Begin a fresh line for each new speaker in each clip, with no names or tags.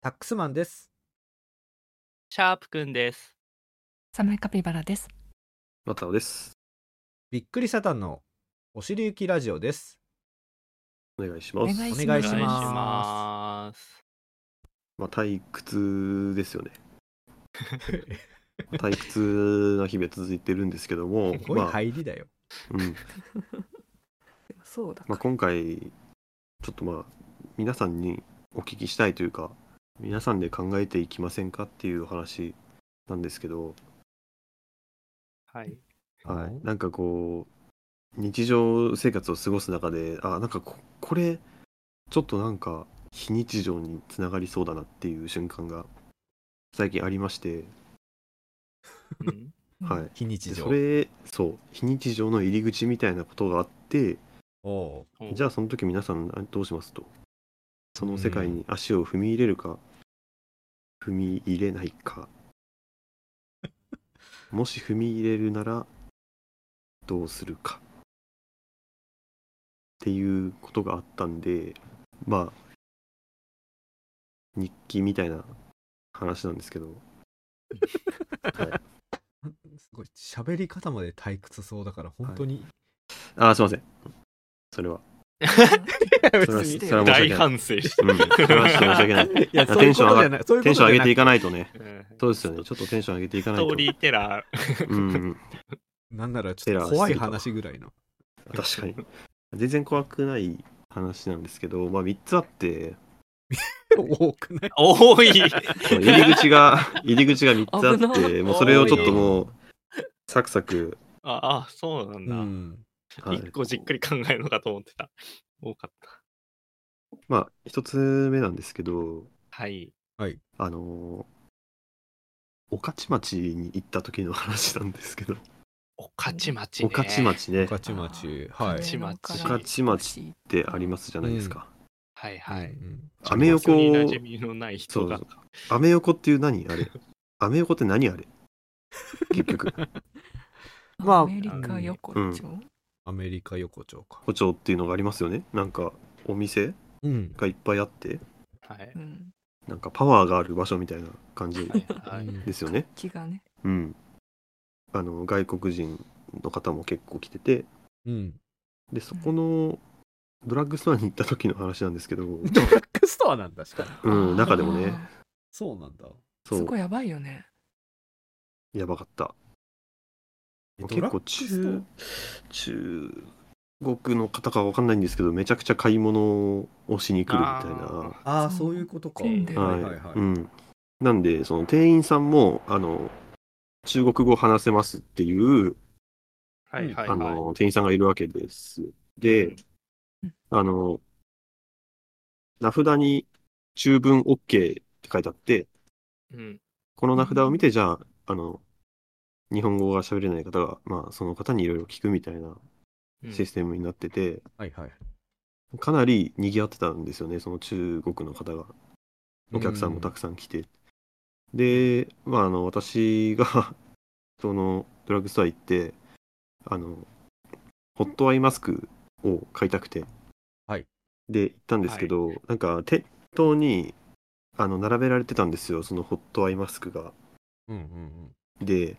タックスマンです。
シャープくんです。
サムイカピバラです。
マタオです。
びっくりサタンのお尻行きラジオです。
お願いします。
お願いします。
まあ退屈です よね。退屈な日々続いてるんですけども、
すごい入りだよ。
まあ、うん。
そうだ。
まあ今回ちょっとまあ皆さんにお聞きしたいというか皆さんで考えていきませんかっていう話なんですけど
はい
はいなんかこう日常生活を過ごす中であなんかここれちょっとなんか非日常につながりそうだなっていう瞬間が最近ありまして、はい、
非日常
それそう非日常の入り口みたいなことがあってじゃあその時皆さんどうしますとその世界に足を踏み入れるか、うん、踏み入れない かもし踏み入れるならどうするかっていうことがあったんでまあ日記みたいな話なんです けど、
はい、すごい喋り方まで退屈そうだから本当に、はい、
ああすいませんそれは
大反省
、
して
うん、それは申し訳ない。いやテンション上がううテンション上げていかないとね。そうですよね。ちょっとテンション上げていかないと。
ストーリーテラ
ー。うん。
なんならちょっと怖い話ぐらいの。
確かに。全然怖くない話なんですけど、まあ3つあって。
多くない
多い
入り 口が、入り口が3つあって、もうそれをちょっともう、サクサク。
ああ、そうなんだ。うん一個じっくり考えるのかと思ってた。多かった。
まあ、一つ目なんですけど、
はい。
はい。
あの御徒町に行った時の話なんですけど。
御徒町ね。
御徒町ね。
御徒町。はい。
御徒町。
御徒町ってありますじゃないですか。
はいはい。
アメ横。
そう。
アメ横っていう何あれ。アメ横って何あれ結局。
まあ、アメリカ横丁、
アメリカ横丁か
横丁っていうのがありますよねなんかお店、
うん、
がいっぱいあって、
はい、
なんかパワーがある場所みたいな感じですよね
気がね
うんあの外国人の方も結構来てて、
うん、
でそこのドラッグストアに行った時の話なんですけど、
ドラッグストアなんだしか
にうん中でもね
そうなんだ
そこやばいよね、
やばかった結構中中国の方か分かんないんですけどめちゃくちゃ買い物をしに来るみたいな
ああそういうことか、はい
はい
はいうん、なんでその店員さんもあの中国語話せますっていう、
はいはい、はい、
あの店員さんがいるわけですで、うん、あの名札に「中文 OK」って書いてあって、
うん、
この名札を見てじゃああの日本語が喋れない方が、まあ、その方にいろいろ聞くみたいなシステムになってて、うん
はいはい、
かなり賑わってたんですよねその中国の方がお客さんもたくさん来て、うん、で、まあ、あの私が そのドラッグストア行ってあのホットアイマスクを買いたくて、
はい、
で行ったんですけど、はい、なんか店頭にあの並べられてたんですよそのホットアイマスクが。
うんうん
うん、で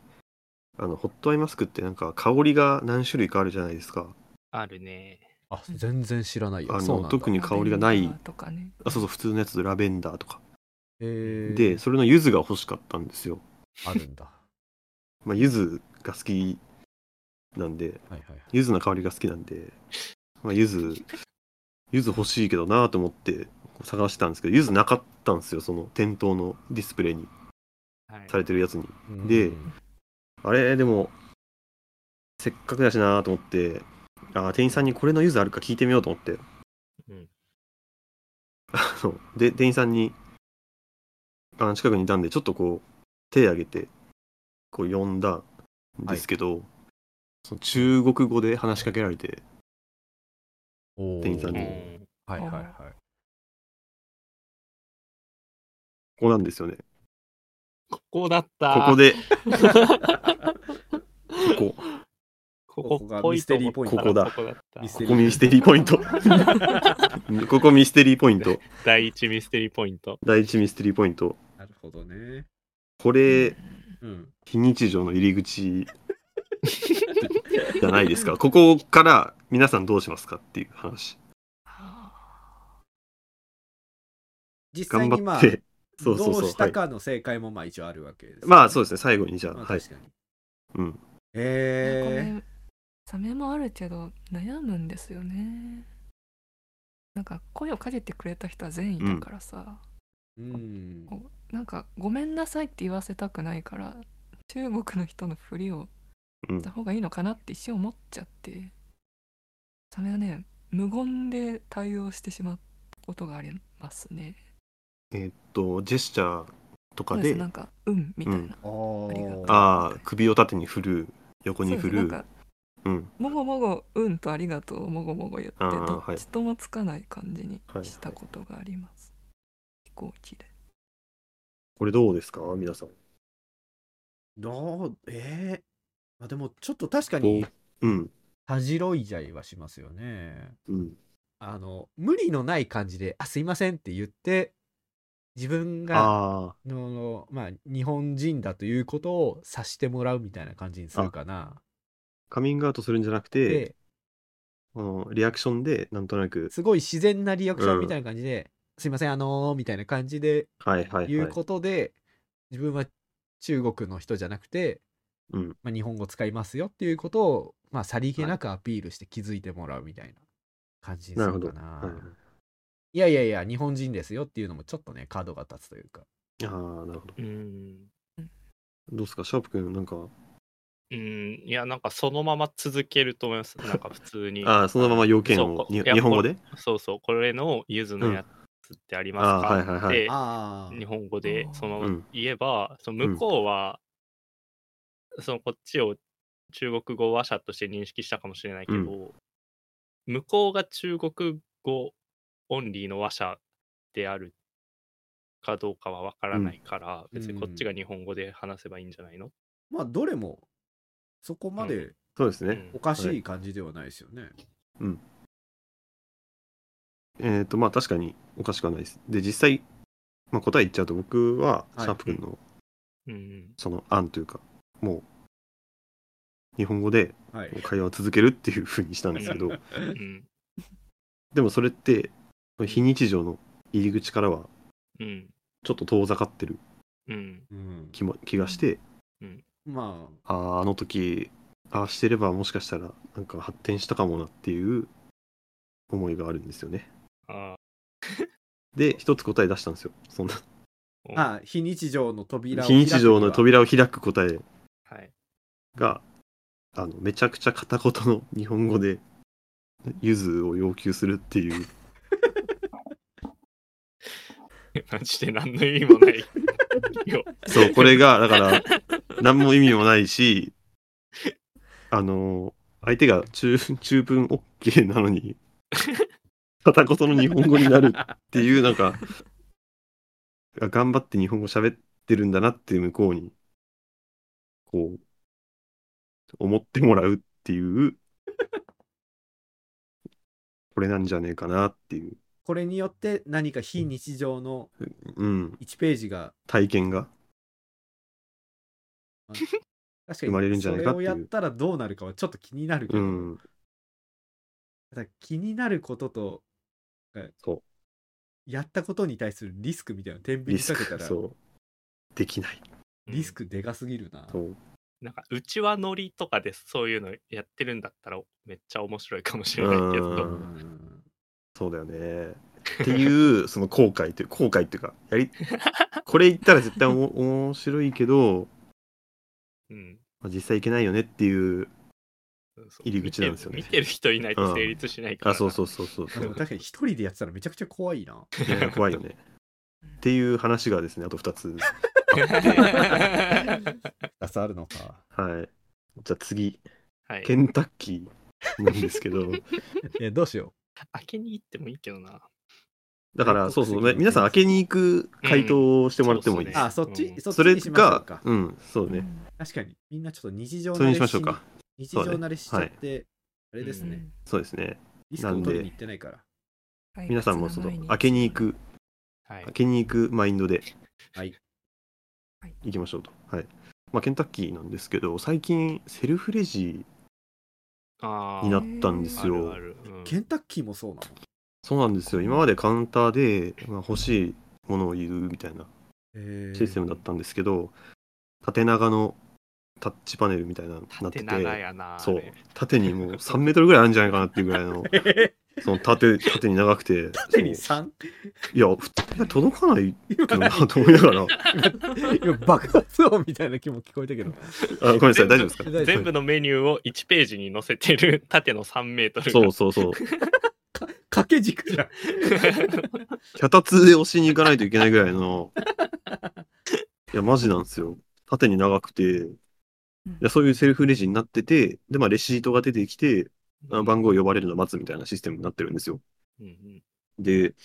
あのホットアイマスクってなんか香りが何種類かあるじゃないですか
あるね
あ全然知らないよ
あの特に香りがない、
ね、
あそうそう普通のやつラベンダーとか
で
それの柚子が欲しかったんですよ
あるんだ
まあ柚子が好きなんで、
はいはい、
柚子の香りが好きなんで、まあ、柚子柚子欲しいけどなと思って探してたんですけど柚子なかったんですよその店頭のディスプレイに、
はい、
されてるやつに、 で、あれ、でも、せっかくだしなと思って、あ店員さんにこれのユーズあるか聞いてみようと思って。
うん。
あの、で、店員さんに、あの、近くにいたんで、ちょっとこう、手挙げて、こう、呼んだんですけど、はい、その中国語で話しかけられて、店員さんに。
はいはいはい。
ここなんですよね。
ここだった。
ここで。ここ。
こ
ここがミステリーポイント
ぽいと思
ここ
ったらここだ
ミ
っ
ス
た
テリー
ここミステリーポイント ここミステリーポイント
第一ミステリーポイント。
第一ミステリーポイント
なるほどね。
これ
うん。
非日常の入り口じゃないですかここから皆さんどうしますかっていう話
実際
頑
にま
張っ
あ、
て そうそうそう
どうしたかの正解もまあ一応あるわけです、
まあそうですね最後にじゃあ、
まあ
はい
確かに。
うん
え
なんかねサメもあるけど悩むんですよねなんか声をかけてくれた人は善意だからさ、
ー。うん。
こうなんか「ごめんなさい」って言わせたくないから中国の人のふりを
うん
した方がいいのかなって一瞬思っちゃってサメはね無言で対応してしまうことがありますね。
えーっとジェスチャー
そ
とか
うです
で
なんか「うん」みたい
あ
な。ありがとう
ー
ああ首を縦に振る横
そう
に
です
振
なん
る
か
うん
もごもご「うん」と「ありがとう」もごもご言って
あー
ど
は
っ
い
ちともつかない感じに
はい
したことがあります。飛行機 で。
これどうですか皆さん
どうええまあでもちょっと確か
こ
に
ううん
恥じろいじゃいはしますよね。
うん
あの無理のない感じで「あすいません」って言って自分が
あ
ののまあ、日本人だということを察してもらうみたいな感じにするかな。
ーカミングアウトするんじゃなくて
で
このリアクションでなんとなく
すごい自然なリアクションみたいな感じで「すいませんあのー」みたいな感じで
はいはいはい
言うことで、自分は中国の人じゃなくて、
うん
まあ、日本語使いますよっていうことを、まあ、さりげなくアピールして気づいてもらうみたいな感じにす
なるほ
る
ど
かな。
はいはい
いやいやいや日本人ですよっていうのもちょっとね角が立つというか。
ああなるほど
うん。
どうですかシャープくんなんか
うん。いや、なんかそのまま続けると思います。なんか普通に。
ああそのまま要件
そう
を
こ
に
いや
日本語で
そうそう、これのゆずのやつってあります
うんあーはい
か
はいはい
で
あー
日本語で
あー
そのま
う
ま
ん
言えば、その向こうは、そのこっちを中国語話者として認識したかもしれないけど、向こうが中国語オンリーの話者であるかどうかはわからないから、
うん
別にこっちが日本語で話せばいいんじゃないの、
まあどれもそこまで
そうです
う
ね
ん
おかしい感じではないですよね。
えっとまあ確かにおかしくはないですで実際まあ答え言っちゃうと僕は
はい
シャープくんの
うん
その案というかもう日本語で
はい。
会話を続けるっていうふうにしたんですけ ど
うん
でもそれって非日常の入り口からは
うん
ちょっと遠ざかってる
うん
うん、
気も気がして
まあ
あーあの時ああしてればもしかしたらなんか発展したかもなっていう思いがあるんですよね
あ
で一つ答え出したんですよそんな
ー
あ非日常の扉を
非日常の扉を開く答え
はい
があのめちゃくちゃ片言の日本語でゆずを要求するっていう
マジで何の意味も ないよ
そうこれがだから何も意味もないしあの相手が中中文 OK なのに片言の日本語になるっていうなんか頑張って日本語喋ってるんだなって向こうにこう思ってもらうっていうこれなんじゃねえかなっていう、
これによって何か非日常の
うん、
1ページが
体験が
確かに
生まれるんじゃないかっていう
それをやったらどうなるかはちょっと気になるけ
う
ど、
ん
ただ気になることと
そう
やったことに対するリスクみたいなの天秤
リ
に
ス
かけた
ク
ら
そうできない
リスクでかすぎるな、
そう
なんかうちわ乗りとかでそういうのやってるんだったらめっちゃ面白いかもしれないけ
う
うん
ど
ん
そうだよね。っていう、その後悔という、後悔っていうか、やり、これ言ったら絶対おも面白いけど、
うん
まあ実際いけないよねっていう、
そう
入り口なんですよね
見てる見てる人いないと成立しないから、
あ、そうそうそうそ
あ
う
で
そ
も
う、
確かに一人でやってたらめちゃくちゃ怖いな
いやいや怖いよね。っていう話がですね、あと2つ。
出さあるのか
はい。じゃあ次、
はい、
ケンタッキーなんですけど、
いやどうしよ
開けに行ってもいいけどな
だから、そうそう、ね、皆さん開けに行く回答をしてもらってもいいで
う
す。
あそっち、
うん
そっち
それ
にしましょう
が
か、
うん、そう
う
ね。
ん
確かにみんなちょっと日常の
それにしましょうか
歴史日
そうね
常慣れしちゃって、あれです
う
ね、
ん
そうですね。
リスクを取りに行ってないから
退屈
皆さんもそ
な毎
の
日
開けに行く、
はい
開。けに行くマインドで
はい
行きましょうと。はい。まあケンタッキーなんですけど、最近セルフレジ
ああ。
になったんですよ。
あるあるうん
ケンタッキーもそうなの
そうなんですよ。今までカウンターで、まあ、欲しいものを言うみたいな
えー
システムだったんですけど、縦長のタッチパネルみたいなのになって
縦
て
長やな。
そう
あれ
縦にもう3メートルぐらいあるんじゃないかなっていうぐら いのその縦縦に長くて
縦に
そ
3?
ういや普通届かない
今
けどなと思いながらあ
今爆発音みたいな気も聞こえたけど
ごめんなさい 大丈 夫ですか
大丈夫
全部のメニューを1ページに載せて る縦の3メートルが
そうそうそう
か掛け軸じゃん
脚立で押しに行かないといけないぐらいのいやマジなんですよ縦に長くていやそういうセルフレジになっててでまあレシートが出てきて あの番号呼ばれるのを待つみたいなシステムになってるんですよ
うんうん
で、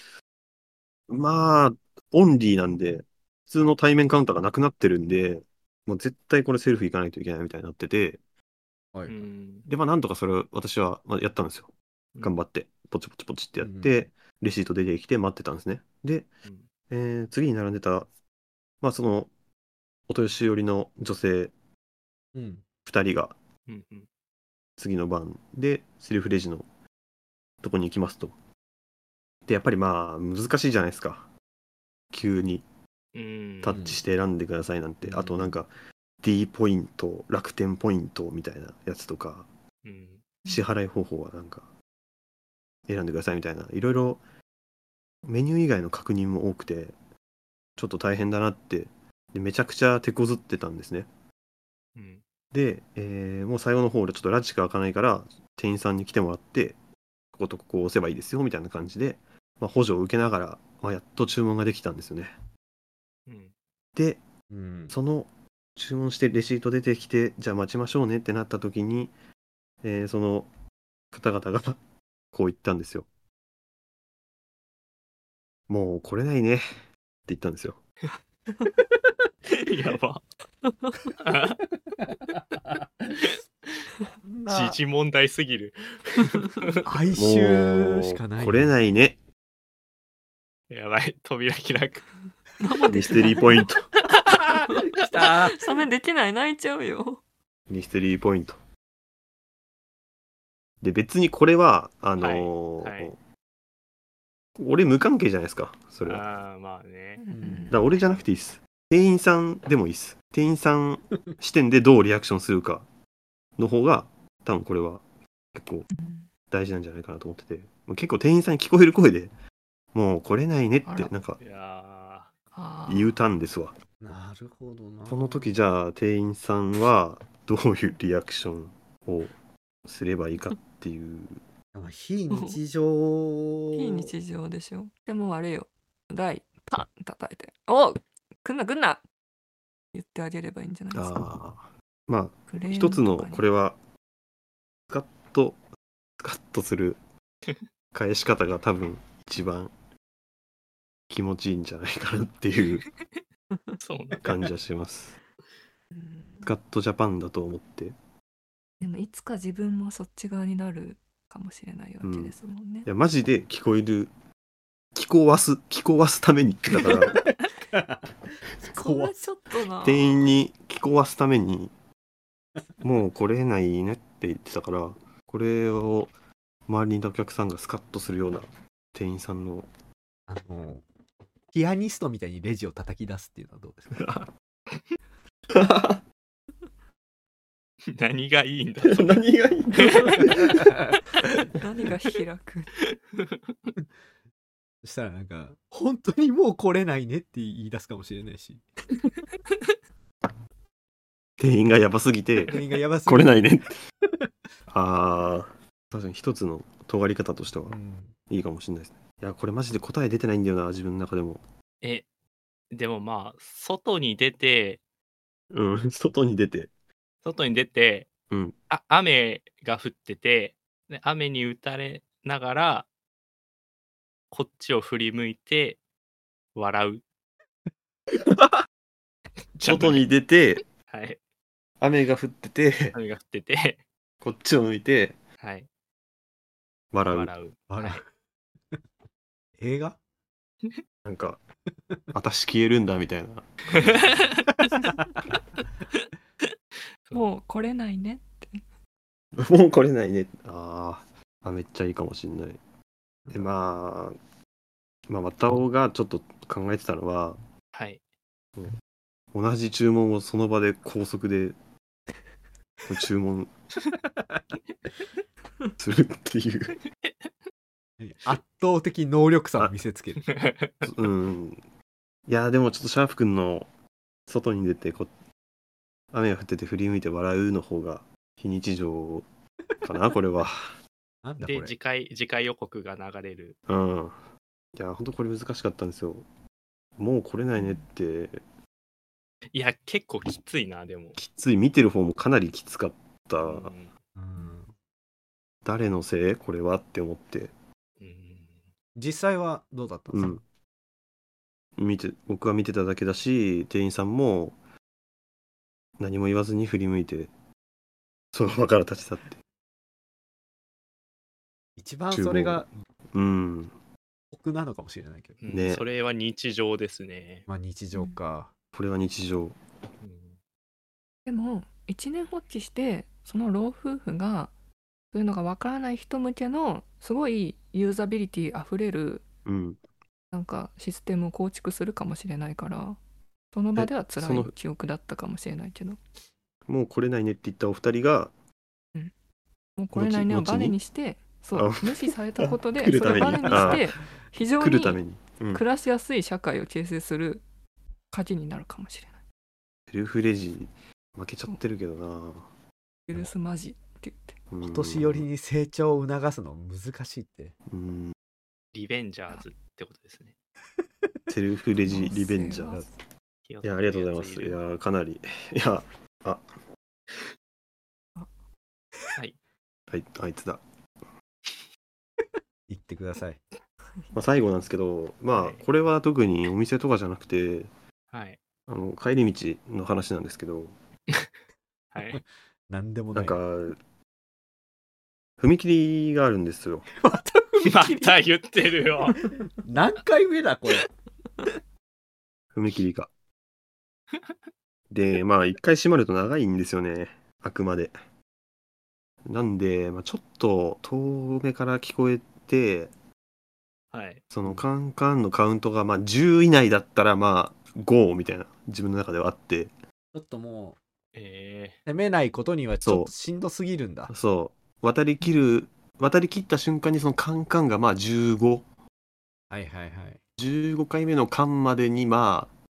まあ、オンリーなんで、普通の対面カウンターがなくなってるんで、もう絶対これセルフ行かないといけないみたいになってて、
はい、
うん
で、まあなんとかそれを私はまあやったんですよ。
うん
頑張って、ポチポチポチってやっ
うんう
て、レシート出てきて待ってたんですね。で
うん、
えー次に並んでた、まあその、お年寄りの女性
うん、
2人が
うんうん
次の番でセルフレジのとこに行きますと。で、やっぱりまあ難しいじゃないですか。急に。
うん
タッチして選んでくださいなんて、
うん
あとなんか D ポイント楽天ポイントみたいなやつとか
うん
支払い方法はなんか選んでくださいみたいないろいろメニュー以外の確認も多くてちょっと大変だなってでめちゃくちゃ手こずってたんですね
うん
で、えーもう最後の方でちょっとラジが開かないから店員さんに来てもらってこことここを押せばいいですよみたいな感じで、まあ、補助を受けながら、まあ、やっと注文ができたんですよね
うん
で
うん、
その注文してレシート出てきてじゃあ待ちましょうねってなった時に、えーその方々が こう言ったんですよ。もう来れないねって言ったんですよ。
やば。
そんな
時事問題すぎる。
哀
も
愁しかな
う
い
来れ
い
ないね。
やばい、扉開く。
生で
ミステリーポイント。
きた
サメできない泣いちゃうよ
ミステリーポイント。で別にこれはあのー
はいはい
俺無関係じゃないですかそれは。
ああ、まあね。
ん
だから俺じゃなくていいっす。店員さんでもいいっす。店員さん視点でどうリアクションするかの方が、多分これは結構大事なんじゃないかなと思ってて、もう結構店員さんに聞こえる声で、もう来れないねっ
あ
て
ら
なんか
いや
あー
言うたんですわ。
なるほどな
この時じゃあ店員さんはどういうリアクションをすればいいかっていう。
まあ非日常
非日常でしょでもあれよ台パン叩いて「おう来んな来んな!」言ってあげればいいんじゃないですか
ああ。ま
クレ
あ
ーム
一つの
とかに
これは、スカッと、スカッとす る返し方が多分一番気持ちいいんじゃないかなっていう
ー、そうなんだ。
感じはし ます。
うん
スカッとジャパンだと思って。
でもいつか自分もそっち側になるかもしれないわけですもんね
い、や、マジで聞こえる、聞こわす、聞こわすために、だから、
それちょっとな
店員に聞こわすために、もう来れないねって言ってたから、これを周りにいたお客さんがスカッとするような店員さん の、
あのピアニストみたいにレジを叩き出すっていうのはどうです か
何がいいんだ。
何がいいんだ
何が開く
そしたらなんか本当にもう来れないねって言い出すかもしれないし
店員がやばすぎ て、
店員がやばすぎ、
来れないいね。ああ、確かに一つの尖り方としては
うん、
いいかもしれないですね。いや、これマジで答え出てないんだよな、自分の中でも。
え、でもまあ、外に出て、
うん、外に出て。
外に出て、
うん
あ雨が降っててで雨に打たれながらこっちを振り向いて笑うじゃない
外に出て、
はい、
雨が降ってて、
雨が降ってて
こっちを向いて
はい。
笑う
笑う。
あら
はい
映画
なんか私消えるんだみたいな
もう来れないね。
もう来れないねあーあめっちゃいいかもしんないでまあまあ綿尾がちょっと考えてたのは
はい。
同じ注文をその場で高速で注文するっていう
圧倒的能力差を見せつける。
うんいやでもちょっとシャープくんの外に出てこ雨が降ってて振り向いて笑うの方が非日常かなこれは
なんだこ
で、
れ。
次回、次回予告が流れる。
うんいやほんとこれ難しかったんですよもう来れないねって
いや、結構きついな、でも。
きつい見てる方もかなりきつかった、
うん
うん
誰のせいこれはって思って
うん
実際はどうだったんですか、
見て僕は見てただけだし店員さんも何も言わずに振り向いてその場から立ち去って
一番それが
うん
酷なのかもしれないけど。
うん
ね
それは日常ですね。
まあ日常か。
これは日常
うん
でも一年放置してその老夫婦がそういうのがわからない人向けのすごいユーザビリティあふれる
うん
なんかシステムを構築するかもしれないからその場では辛
えその
い記憶だったかもしれないけど
もう来れないねって言ったお二人が
もうこれないねを
後々
バ
に
ネにしてそう
あ
無視されたことで
来る
それを
た
バ
め
ネ
に
にして非常
来
に
るために、うん、
暮らしやすい社会を形成する鍵になるかもしれない。
セルフレジ負けちゃってるけどな、
ウイルスマジって言って
うん、
お年寄りに成長を促すの難しいって。
うん
リベンジャーズってことですね。
セルフレジリベンジャーいやありがとうございますいやーかなりいや
はい。
あいあいつだ、
言ってください。
まあ、最後なんですけど
は
ま
い
あこれは特にお店とかじゃなくて
はい。
あの帰り道の話なんですけど
はい。
なんでもな。
ないんか、踏切があるんですよ。
また
ま
踏切
た言ってるよ。
何回目だこれ。
踏切 が。で、まあ、一回閉まると長いんですよね。あくまで。なんで、まあ、ちょっと遠目から聞こえて、
はい。
そのカンカンのカウントが、まあ、10以内だったら、まあ、5みたいな、自分の中ではあって、
ちょっとも
え
う、攻めないことにはちょっと
そう
しんどすぎるんだ。
そう、渡り切る、渡り切った瞬間にそのカンカンが、まあ、15、
はいはいはい。
15回目の間までにまあ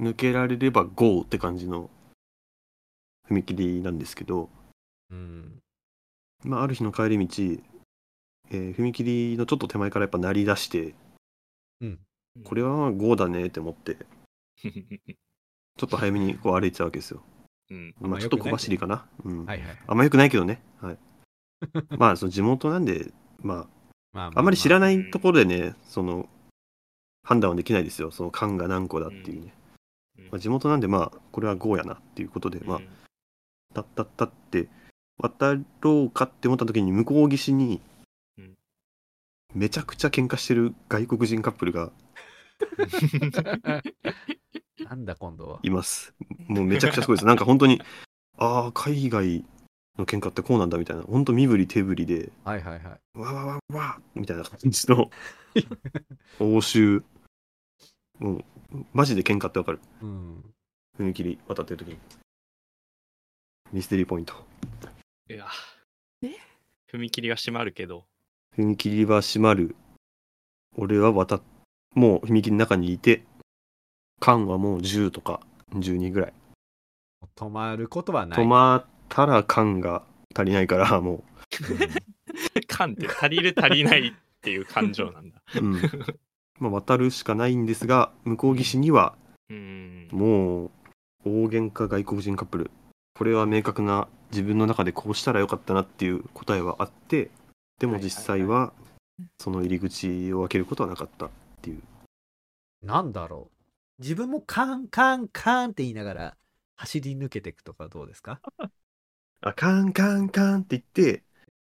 抜けられれば GO って感じの踏切なんですけど、
うん。
まあ、ある日の帰り道、えー踏切のちょっと手前からやっぱ鳴り出して
ー
こ れはまあ GO だねって思ってちょっと早めにこう歩いてたわけですよ、
うん。
あん
ま
ま
あ、ち
良
ょっ
く
と
ない
小走りかな、うん
はいはい。
あんま良くないけどね、はい、 まあその地元なんで、ま
まあま
あ、あんまり知ら
い。
ないところでねその判断はできないですよその間が何個だっていうね、まあ、地元なんでまあこれは GO やなっていうことで、まあ
う、ん
たったったって渡ろうかって思った時に向こう岸に
うん
めちゃくちゃ喧嘩してる外国人カップルが
なんだ今度は。
いますもうめちゃくちゃすごいですなんか本当にああ海外の喧嘩ってこうなんだみたいな本当身振り手振りで
はいはいはい。
わわわわみたいな感じの応酬もうマジで喧嘩ってわかる
うん。
踏切渡ってる時にミステリーポイント
いや。
え
踏切が閉まるけど。
踏切は閉まる。俺は渡っ、もう踏切の中にいて、缶はもう10とか12ぐらい。
止まることはない。
止まったら缶が足りないから、 も
感って足りる足りないっていう感情なんだ。
う、 うん。まあ渡るしかないんですが、向こう岸には
うん。
もう、大喧嘩外国人カップル。これは明確な自分の中でこうしたらよかったなっていう答えはあって、でも実際
は
は、その入り口を開けることはなかった。
なんだろう。自分もカンカンカンって言いながら走り抜けていくとかどうですか
あ、カンカンカンって言って、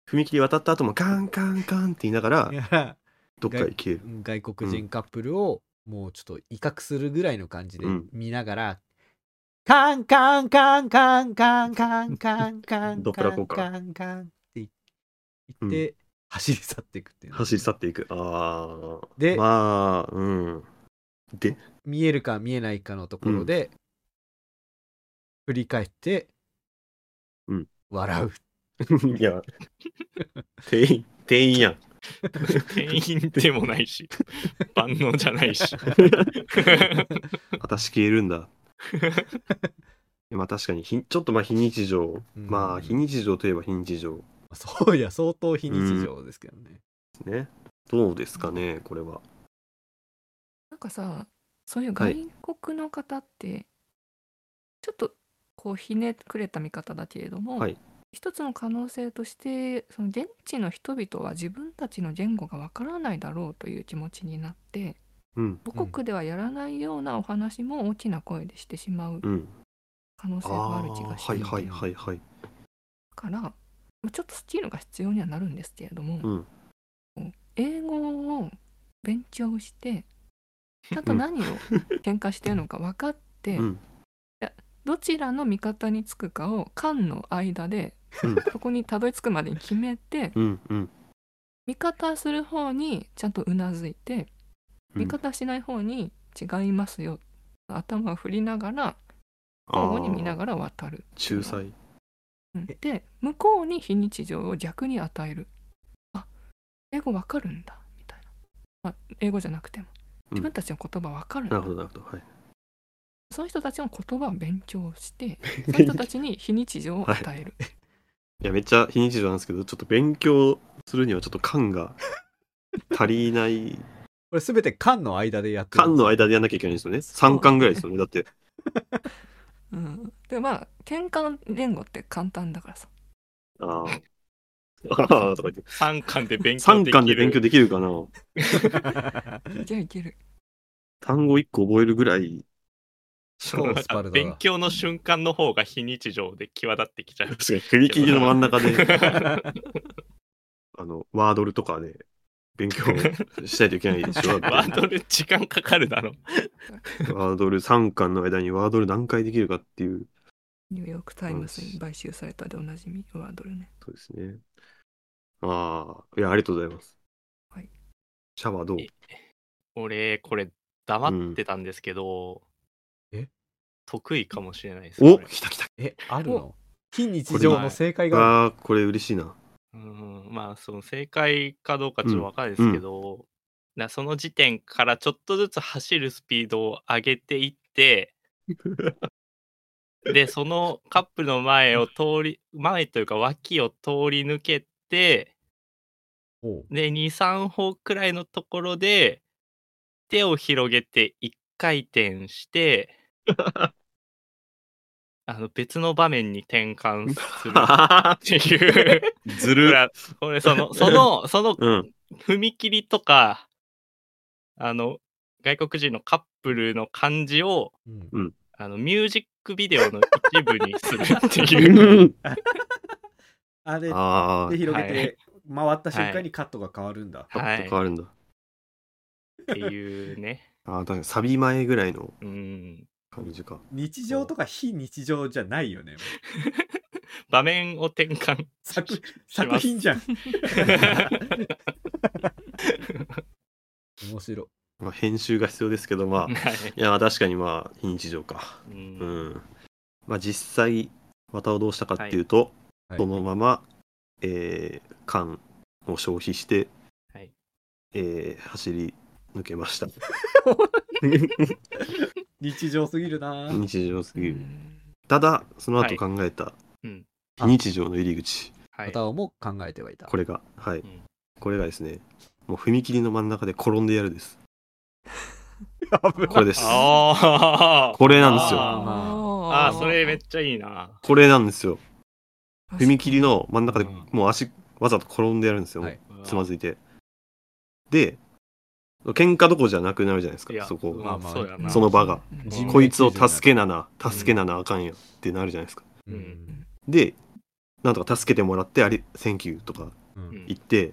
踏切渡った後もカンカンカンって言いながら
い、や
どっかへ消える。
外国人カップルをもうちょっと威嚇するぐらいの感じで
うん
見ながら、カンカンカンカンカンカンカンカン
ドップラ効果
カンカンって言って、走り去っていくっていうの
走り去っていく。ああ。
で
まあ、うん。 で、
見えるか見えないかのところで、振り返って、
うん
笑う
いや、店員、店員やん。
店員でもないし、万能じゃないし。
私消える んだ。まあ確かにひ、ちょっとまあ非日常。
うん
まあ非日常といえば非日常で
そういや相当非日常ですけどね、
すね。どうですかね、これは。
なんかさそういう
はい
外国の方ってちょっとこうひねくれた見方だけれども、
はい
一つの可能性としてその現地の人々は自分たちの言語がわからないだろうという気持ちになって
うん、
母国ではやらないようなお話も大きな声でしてしまう
うん。
可能性があ
あ
る気
あ、
がして
はいい
て
はいはいはい。
からまあちょっとスキルが必要にはなるんですけれども、
うん。
英語を勉強してちゃんと何を喧嘩してるのか分かって、
うん。
どちらの味方につくかを間の間で
うん。
そこにたどり着くまでに決めて
うん。 うん。
味方する方にちゃんとうなずいて
うん
味方しない方に違いますよ、頭を振りながら
あ
交
あ
互に見ながら渡る
ー、仲裁。
うんで向こうに非日常を逆に与えるあ英語わかるんだみたいな、まあ、英語じゃなくても
うん
自分たちの言葉わかるん
な
だ、
るほど、なるほど。はい。
その人たちの言葉を勉強 してその人たちに非日常を与える、
いや、めっちゃ非日常なんですけど、ちょっと勉強するにはちょっと感 が足りない。
これ全て間の間でやってる
感の間でやんなきゃいけないんですよね。3巻ぐらいですよね。だって、
うん、でまあ喧嘩の言語って簡単だからさ
ああ。ああ、 とか言って。
3巻で勉強できる。
3巻で勉強できるかな。
いけるいける
単語1個覚えるぐらい。
超スパルタだ
勉強の瞬間の方が非日常で際立ってきちゃう。
確かに、振り切りの真ん 中で、あの、ワードルとかで、勉強しないといけないでしょ。だ
ワ
っ
ードで時間かかるだろ。
て ワードル3巻の間にワードル何回できるかっていう。
ニューヨーク・タイムズに買収されたでおなじみワードルね
そうですね。ああ、いや、ありがとうございます。
はい。
シャワーどう
え俺、これ、黙ってたんですけど、
うんえ
得意かもしれないです。
お
これ
来た来た。
えあるの非日常の正解がある
ああ、これ嬉しいな。
うん、まあ、その正解かどうかちょっとわかんないですけど、なその時点からちょっとずつ走るスピードを上げてい って、で、そのカップルの前を通り、前というか脇を通り抜けて、
おう
で、2、3歩くらいのところで、手を広げて1回転 して、あの別の場面に転換するって いう。
ず
ほ
る。
ら俺、そ の、その、その
うん。
踏切とか、あの、外国人のカップルの感じを、
うん
あの、ミュージックビデオの一部にするって いう。
あ
あれ
あ
で
ー、
広げ
は
て回った瞬間にカットが変わるんだ、
カ
は
ット
い。
変わるんだ。
っていうね。
ああ、確かにサビ前ぐらいの
うん。
感じか。
日常とか非日常じゃないよねもう
場面を転換。
作
し
作
ます
品じゃん面白
まあ、編集が必要ですけど、まあ、
はい
いや、まあ確かにまあ、非日常か。
う
うんん。まあ、実際、綿をどうしたかっていうと、
はい
そのまま、えー、缶を消費して、
はい
えー、走り抜けました。
日常すぎるなぁ
日常すぎ
う
る。
ん
ただ、その
は
後
い
考えた、
うん
非日常の入り口、
はい。
片尾も考えてはいた
これが、はい、
ん
これがですね、もう踏切の真ん中で転んでやるです。
危
これです。
あー
これなんですよ。
あー
あー、それめっちゃいいな。
これなんですよ。
確かに
踏切の真ん中で
うん
もう足わざと転んでやるんですよ、
はい
つまずいてで喧嘩どころじゃなくなるじゃないです
いや
かそこ、
まあまあ、そうやな。
あ
その場が、
うん
人命
こいつを助け
救
なな助けななあかんよってなるじゃないですか、
助
うん
うん
でなんとか助けてもらって、あり、Thank you とか
うん
うん
言って、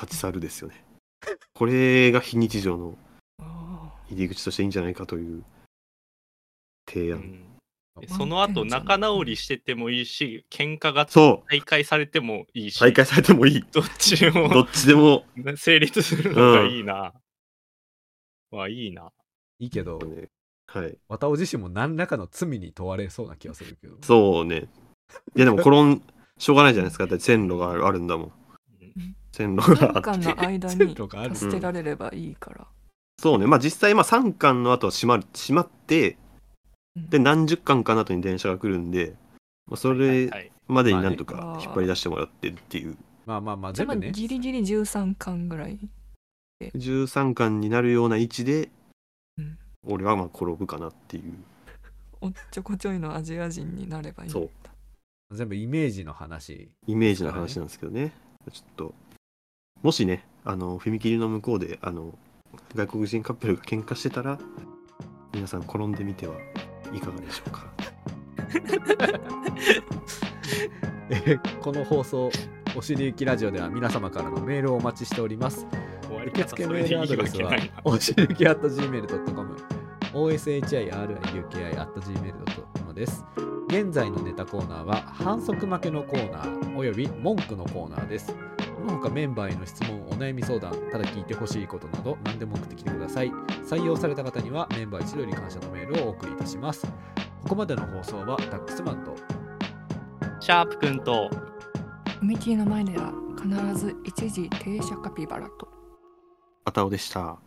立ち去るですよね。これが非日常の
あ
入り口としていいんじゃないかという提
う
案。
んでその後仲直りしててもいいし喧嘩が
そう
再開されてもいいし
再開されてもいい。
どっち
ど
も
っちでも、
成立するのがいいな、はいいない
いけど、
ね、はい。
綿尾自身も何らかの罪に問われそうな気がするけど。
そうね。いやでも転ん、しょうがないじゃないですか。だって線路があるあるんだもん。
うん
線
あ
路
3
があっ
巻
て。
の間
線
に
路がある
助けられればいいから、
そうね。まあ実際、まあ3巻の後は閉まる、閉まって、
うん
で、何十巻かの後に電車が来るんで、まあ、そ
はい
れ
はい
までになんと
まあ
か
ね
引っ張り出してもらってっていう。
まあまあまあ、
で
全
も
部ね、
ギリギリ13巻ぐらい
13巻になるような位置で
うん、
俺はまあ転ぶかなっていう。
おっちょこちょいのアジア人になればいいんだ
そう
全部イメージの話。
イメージの話なんですけどね、ちょっともしねあの踏切の向こうであの外国人カップルが喧嘩してたら皆さん転んでみてはいかがでしょうか
えこの放送、おしりゆきラジオでは皆様からのメールをお待ちしております。
終わり
受
方
付
そ
メ
れ
ー
でいい
ル
わ
アドレス
け
は
ないな
おしるき .gmail.com oshiriuki.gmail.com です現在のネタコーナーは反則負けのコーナーおよび文句のコーナーですこの他メンバーへの質問お悩み相談ただ聞いてほしいことなど何でも送ってきてください採用された方にはメンバー一同に感謝のメールをお送りいたしますここまでの放送はダックスマンと
シャープくんと
ミキーの前では必ず一時停車カピバラと
あたおでした